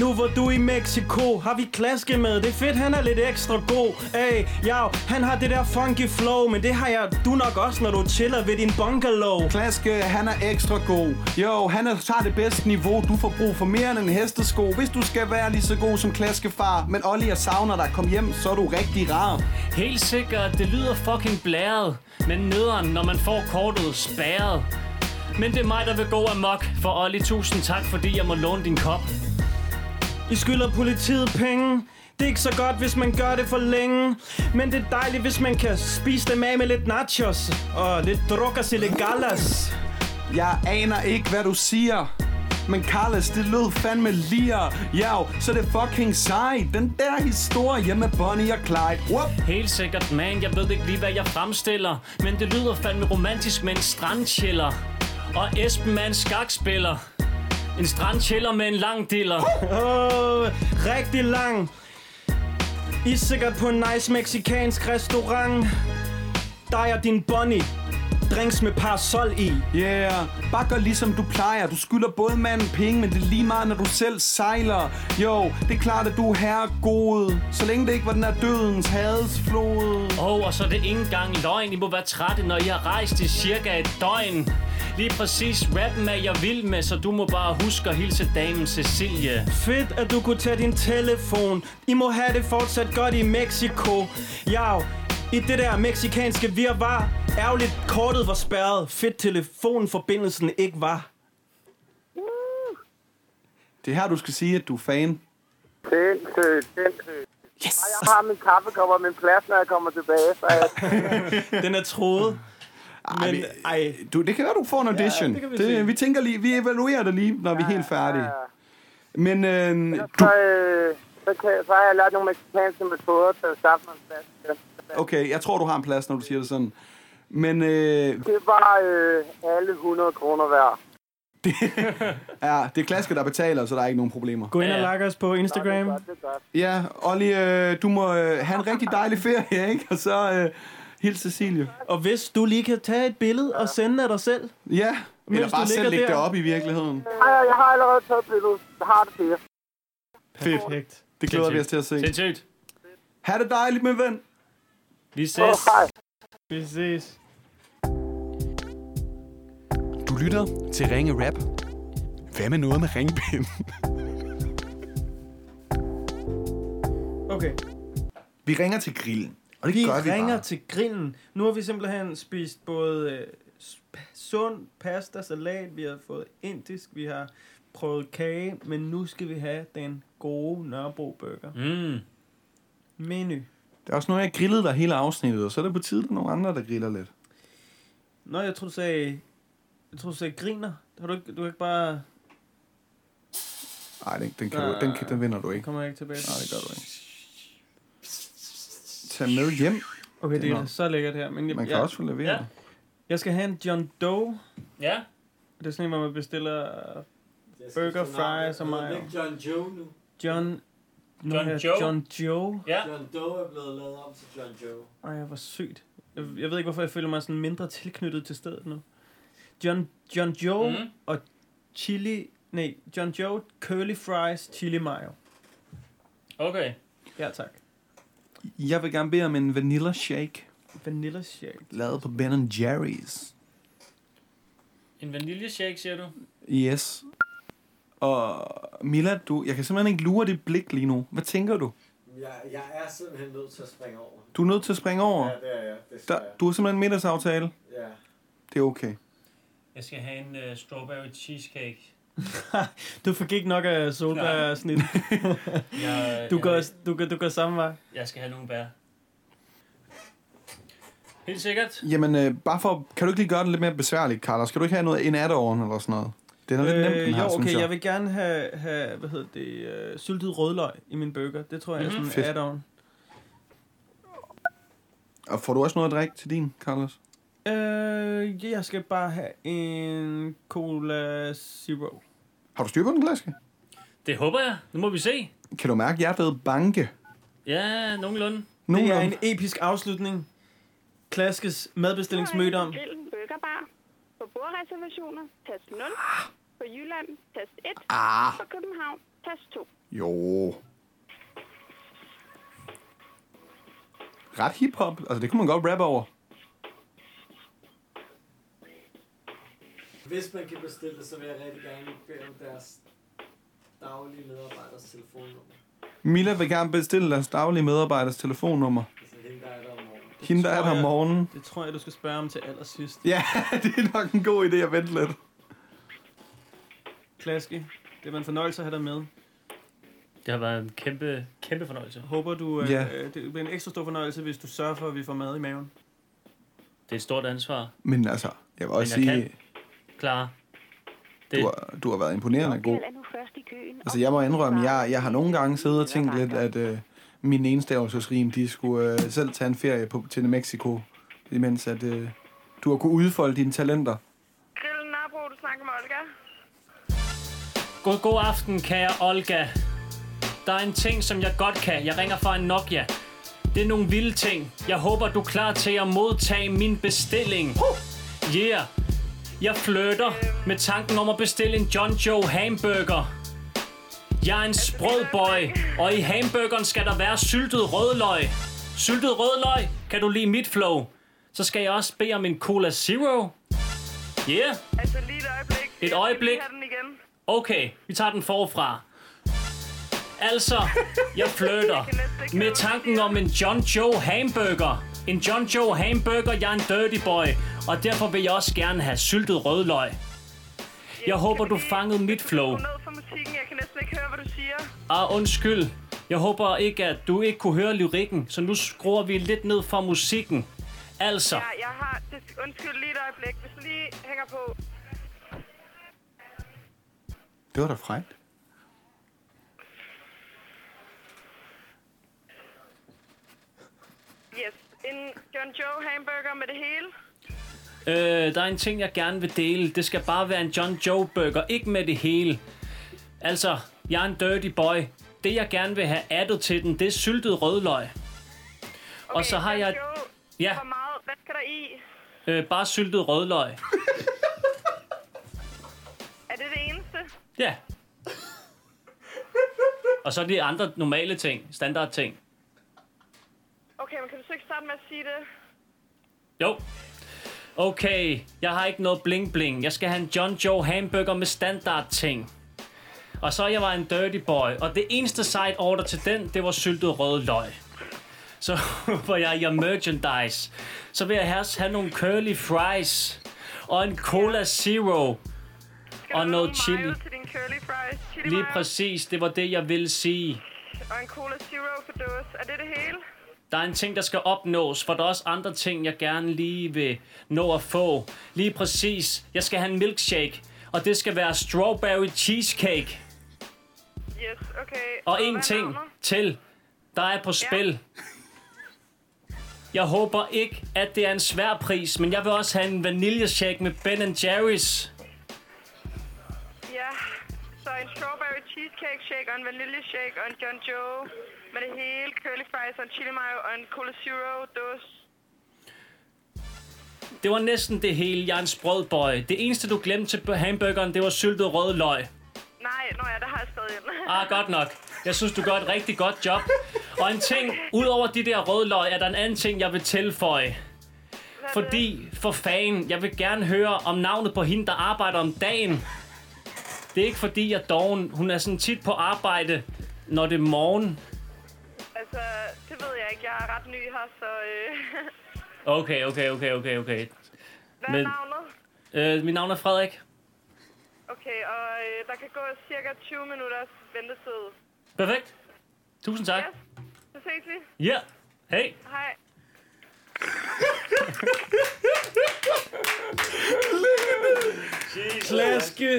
Nu hvor du er i Mexico, har vi klaske med. Det er fedt, han er lidt ekstra god. Hey, ja, han har det der funky flow, men det har jeg, du nok også, når du chiller ved din bungalow.
Klaske, han er ekstra god. Jo, han er, tager det bedste niveau. Du får brug for mere end en hestesko, hvis du skal være lige så god som Klaskefar. Men Olli, jeg savner dig. Kom hjem, så er du rigtig rar.
Helt sikkert, det lyder fucking blæret, men nederen, når man får kortet spærret. Men det er mig, der vil gå amok, for Olli, tusind tak, fordi jeg må låne din kop.
I skylder politiet penge. Det er ikke så godt, hvis man gør det for længe. Men det er dejligt, hvis man kan spise dem af med lidt nachos. Og lidt drogas illegalas.
Jeg aner ikke, hvad du siger. Men Carlos, det lød fandme lir. Ja, så det er fucking sejt. Den der historie med Bonnie og Clyde. Whoop.
Helt sikkert, man, jeg ved ikke lige, hvad jeg fremstiller, men det lyder fandme romantisk med en strandchiller. Og Esben er en skakspiller. En strandchiller med en lang diller.
Åh, rigtig lang. I er sikkert på en nice mexikansk restaurant. Dig og din bunny. Drinks med parasol i.
Yeah, bare gør ligesom du plejer. Du skylder både manden penge, men det er lige meget, når du selv sejler. Jo, det er klart, at du er herre god. Så længe det ikke var den her dødens hadesflod.
Åh, oh, og så er det ikke engang løgn. I må være trætte, når I har rejst i cirka et døgn. Lige præcis rappen er jeg vild med, så du må bare huske at hilse damen Cecilie.
Fedt, at du kunne tage din telefon. I må have det fortsat godt i Mexico. Ja, i det der meksikanske virvar. Ærgerligt, kortet var spærret. Fedt, telefonforbindelsen ikke var.
Det er her, du skal sige, at du er fan.
Sindssygt, sindssygt. Yes. Og jeg har min kaffekop og min plads, når jeg kommer tilbage. Så jeg...
Den er troet.
Ej,
Men,
vi-
ej,
Du, det kan være, du får en audition.
det kan vi sige.
det, vi tænker lige, vi evaluerer det lige, når ja, vi er helt færdige. Men øh, du,
Så, øh, så, kan, så har jeg lært nogle mexikanske metoder til at skaffe mig en plads. til.
okay, jeg tror, du har en plads, når du siger det sådan. Men øh,
Det var øh, alle 100 kroner værd.
ja, det er Klaske, der betaler, så der er ikke nogen problemer.
gå ind og
Ja.
like os på Instagram.
Godt, det er godt.
Ja, Olli, øh, du må øh, have en rigtig dejlig ferie, ikke? Og så øh, hils Cecilie.
Og hvis du lige kan tage et billede og sende af dig selv.
Ja, eller
du
bare
ligger
selv lægge det
der.
op i virkeligheden.
Ej, jeg har allerede taget billedet. Jeg har det til.
Fedt.
Perfekt.
Det glæder vi os til at se.
Sindssygt.
Ha' det dejligt, min ven.
Vi ses.
Åh, hej.
Vi ses.
Du lytter til Ringe Rap. Hvad med noget med ringbind?
Okay.
Vi ringer til grillen. Og det
Vi
gør vi
ringer
bare.
til grillen. Nu har vi simpelthen spist både øh, sp- sund pasta, salat, vi har fået indisk, vi har prøvet kage, men nu skal vi have den gode Nørrebro burger.
Mm.
Menu.
Der er også noget, jeg grillede der hele afsnittet, og så er det på tide, der er nogle andre, der griller lidt.
Nå, jeg tror du sagde... Jeg tror du sagde griner. Har du ikke, du kan ikke bare...
Nej, den, den, kan du, den, kan, den vinder du
Det
ikke.
kommer jeg ikke tilbage til.
Nej, det gør du ikke. Tag med hjem.
Okay, det er
Nå.
så lækkert her. Men jeg,
Man kan
jeg,
også få leveret.
Ja.
jeg skal have en John Doe.
Ja.
Det er sådan en, hvor man bestiller
Jeg skal
Burger
sgu navne.
fries og
Hedder
mayo.
den ikke John Joe nu.
John... nu
John
her-
Joe?
John Joe.
Ja.
John Doe er blevet lavet om til John Joe.
Ej, hvor sygt. Jeg, jeg ved ikke, hvorfor jeg føler mig sådan mindre tilknyttet til stedet nu. John, John Joe mm.
Mm.
chili... Nej, John Joe curly fries chili mayo.
Okay.
Ja, tak.
Jeg vil gerne bede om en vanilla shake,
Vanilla shake.
lavet på Ben Jerry's.
En vaniljeshake, siger du?
Yes. Og Mila, du, jeg kan simpelthen ikke lure dit blik lige nu. Hvad tænker du?
Jeg, jeg er simpelthen nødt til at springe over.
Du er nødt til at springe over.
Ja, det er jeg. Det skal
Der,
jeg.
du har simpelthen en middagsaftale.
Ja.
Det er okay.
Jeg skal have en uh, strawberry cheesecake.
Du forgik nok af solbær-snit.
Jeg, øh,
Du
jeg,
går, du, går, du går samme vej.
Jeg skal have nogle bær. Helt sikkert.
Jamen, øh, bare for, kan du ikke lige gøre den lidt mere besværligt, Carlos? Skal du ikke have noget en add-on eller sådan noget? Den er lidt nemt, den
Øh,
her,
jo,
synes
okay,
jeg.
jeg vil gerne have, have hvad hedder det, øh, syltet rødløg i min burger. Det tror jeg
Mhm.
er
Fedt.
sådan en add-on.
Og får du også noget at drikke til din, Carlos?
Øh, jeg skal bare have en Cola Zero.
Har du styr på den, Glaske?
Det håber jeg. Nu må vi se.
Kan du mærke, at jeg er blevet banke?
Ja, nogenlunde.
Det er
Nogenlunde.
en episk afslutning. Klaskes madbestillingsmøde om.
Grillen Burgerbar. På bordreservationer, tast 0. På Jylland, tast 1.
Ah,
På København, tast 2.
jo. Ret hiphop. Altså, det kunne man godt rappe over.
Hvis man kan bestille det, så vil jeg rigtig gerne bede om deres daglige medarbejders telefonnummer.
Mila vil gerne bestille deres daglige medarbejders telefonnummer.
Altså hende, der er der om morgenen.
Hende, der er der om morgenen.
Det tror jeg, du skal spørge om til allersidst.
Ja, det er nok en god idé at vente lidt.
Klaske, det var en fornøjelse at have dig med.
Det har været en kæmpe, kæmpe fornøjelse.
Håber du, øh,
Ja.
øh, det bliver en ekstra stor fornøjelse, hvis du sørger for, at vi får mad i maven.
Det er et stort ansvar,
Men altså, jeg vil også
jeg
sige,
Clara. Det,
du har, du har været imponerende god.
er nu først i køen.
Altså, jeg må indrømme, jeg, jeg har nogle gange siddet og tænkt lidt, at øh, min enstavelsesrim, de skulle øh, selv tage en ferie på, til Mexico, imens at øh, du har kunnet udfolde dine talenter.
Grillen Nørrebro snakke med Olga.
God, god aften, kære Olga. Der er en ting, som jeg godt kan. Jeg ringer fra en Nokia. Det er nogle vilde ting. Jeg håber, du er klar til at modtage min bestilling. Yeah. Jeg flytter med tanken om at bestille en John Joe hamburger. Jeg er en sprød boy, og i hamburgeren skal der være syltet rødløg. Syltet rødløg, kan du lide mit flow? Så skal jeg også bede om en Cola Zero. Yeah.
Altså lige et øjeblik.
Et øjeblik.
Jeg skal lige have den igen.
Okay, vi tager den forfra. Altså, jeg flytter med tanken om en John Joe hamburger. En John Joe hamburger, jeg er en dirty boy, og derfor vil jeg også gerne have syltet rødløg. Jeg håber, du fangede mit flow.
Ned for musikken, jeg kan næsten ikke høre, hvad du siger.
Ah, undskyld. Jeg håber ikke, at du ikke kunne høre lyrikken, så nu skruer vi lidt ned for musikken. Altså,
Ja, jeg har... Det, undskyld lige et øjeblik. Hvis du lige hænger på...
Det var da frækt.
Yes. En John Joe hamburger med det hele.
øh, der er en ting, jeg gerne vil dele. Det skal bare være en John Joe burger, ikke med det hele. Altså, jeg er en dirty boy. Det, jeg gerne vil have addet til den, det er syltet rødløg. Okay, og så har jeg... Ja,
Hvor meget... Hvad skal der i?
øh, bare syltet rødløg.
Er det det eneste?
Ja. Og så de andre normale ting, standard ting.
Okay, men kan du så ikke starte med at sige det?
Jo. Okay, jeg har ikke noget bling bling. Jeg skal have en John Joe hamburger med standard ting. Og så jeg var en dirty boy, og det eneste side order til den, det var syltet røde løg. Så håber jeg, jeg merchandise. Så vil jeg helst have nogle curly fries, og en cola zero, og noget chili.
Til din curly fries, chili
Lige
mayo
præcis, det var det, jeg ville sige.
og en cola zero for dåse. Er det det hele?
Der er en ting, der skal opnås, for der er også andre ting, jeg gerne lige vil nå at få. Lige præcis, jeg skal have en milkshake, og det skal være strawberry cheesecake.
Yes, okay.
Og en ting til, der er på spil. Jeg håber ikke, at det er en svær pris, men jeg vil også have en vaniljeshake med Ben Jerry's.
Ja, så en strawberry cheesecake shake og en vanilje shake og en John Joe med det hele, curly fries og en chili mayo og en cola zero dåse.
Det var næsten det hele, jeg er en sprød boy. Det eneste, du glemte til hamburgeren, det var syltet røde løg.
Nej, nå ja, det har jeg stadig.
Ah, godt nok. Jeg synes, du gør et rigtig godt job. Og en ting, udover de der rødløg, er der en anden ting, jeg vil tilføje. Fordi, for fanden, jeg vil gerne høre om navnet på hende, der arbejder om dagen. Det er ikke fordi, jeg er doven. Hun er sådan tit på arbejde, når det er morgen.
Altså, det ved jeg ikke. Jeg er ret ny her, så... Øh,
Okay, okay, okay, okay, okay.
hvad er
Men-
navnet?
Øh, mit navn er Frederik.
Okay, og øh, der kan gå cirka 20 minutters ventetid.
Perfekt. Tusind tak.
Så ses vi.
Ja. Yeah. Hej.
Hej.
Klaske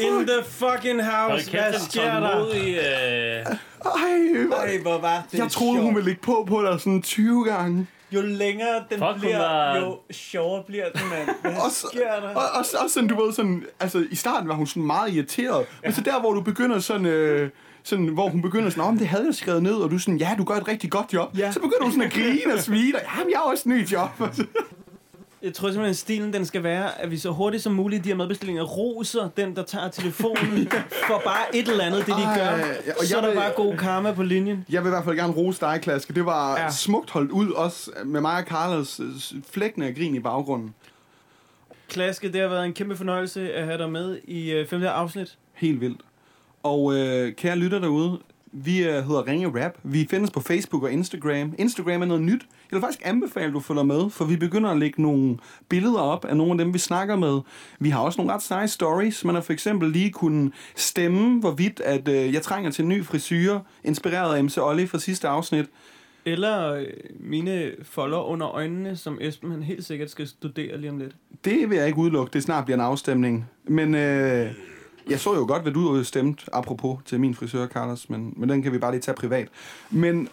in the fucking
Hold
house.
kæft,
Hvad
den
sker der?
tålmodige, øh,
Ej, hvor,
Ej, hvor var det
jeg troede, hun ville ligge på på dig sådan 20 gange.
Jo længere den
Fuck, hun
bliver,
var-
jo sjovere bliver den, mand. Hvad
Og så-
sker der?
Og, og, så- og sådan, du ved, sådan, altså, i starten var hun sådan meget irriteret, men så der, hvor du begynder sådan, øh, sådan hvor hun begynder sådan, om det havde jeg skrevet ned, og du er sådan, ja, du gør et rigtig godt job, ja. så begynder hun sådan at grine og svine, og jamen, jeg er også ny job.
Jeg tror simpelthen, at stilen den skal være, at vi så hurtigt som muligt i de her madbestillinger roser den, der tager telefonen for bare et eller andet, det de
Ej,
gør.
ja,
så er der bare god karma på linjen.
Jeg vil i hvert fald gerne rose dig, Klaske. Det var
Ja.
ja. smukt holdt ud, også med mig og Carlos øh, s- flækkende af grin i baggrunden.
Klaske, det har været en kæmpe fornøjelse at have dig med i øh, femte afsnit.
Helt vildt. Og øh, kære lytter derude, vi øh, hedder Ringe Rap. Vi findes på Facebook og Instagram. Instagram er noget nyt. Jeg vil faktisk anbefale, at du følger med, for vi begynder at lægge nogle billeder op af nogle af dem, vi snakker med. Vi har også nogle ret seje stories. Man har for eksempel lige kunnet stemme, hvorvidt at, øh, jeg trænger til en ny frisyre, inspireret af MC Olli fra sidste afsnit.
Eller øh, mine folder under øjnene, som Esben han helt sikkert skal studere lige om lidt.
Det vil jeg ikke udelukke. Det snart bliver en afstemning. Men øh, jeg så jo godt, hvad du stemte, apropos til min frisør, Carlos, men, men den kan vi bare lige tage privat. Men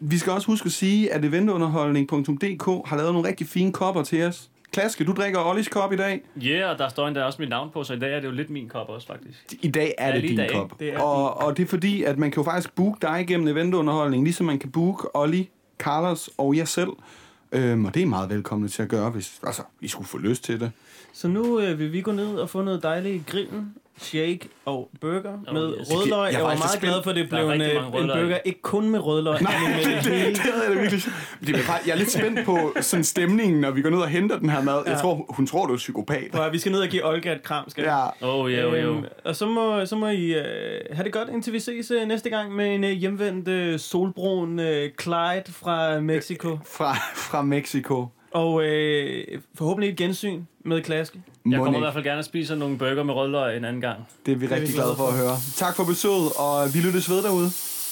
vi skal også huske at sige, at eventunderholdning.dk har lavet nogle rigtig fine kopper til os. Klaske, du drikker Ollis kop i dag.
Ja, yeah, og der står endda også mit navn på, så i dag er det jo lidt min kop også, faktisk.
I dag er
Ja,
det
lige
din
i dag,
kop.
ikke? Det er
og, og det er fordi, at man kan jo faktisk booke dig igennem eventunderholdning, ligesom man kan booke Olli, Carlos og jer selv. Øhm, og det er I meget velkomne til at gøre, hvis altså, I skulle få lyst til det.
Så nu øh, vil vi gå ned og få noget dejligt i grillen, shake og burger oh, med
yes. Jeg
rødløg.
er
Jeg var
faktisk
meget
spændt.
glad for, at det
Der er
blev en,
rigtig
øh,
mange
en
rødløg.
burger, ikke kun med rødløg.
Nej,
men med
det,
hele-
det, det havde jeg da virkelig. Det er, bare- jeg er lidt spændt på sådan stemningen, når vi går ned og henter den her mad. Jeg
Ja.
tror, hun tror, du er psykopat.
Prøv at, vi skal ned og give Olga et kram, skal vi?
Ja.
Oh,
Øhm,
jo, jo.
og så må, så må I øh, have det godt, indtil vi ses øh, næste gang med en øh, hjemvendt øh, solbrun øh, Clyde fra
Øh,
Mexico.
Fra, fra Mexico.
Og øh, forhåbentlig et gensyn med Klaske.
Jeg kommer
ikke.
i hvert fald gerne at spise nogle burger med rødløg en anden gang.
Det er vi rigtig glade for at høre. Tak for besøget, og vi lyttes ved derude.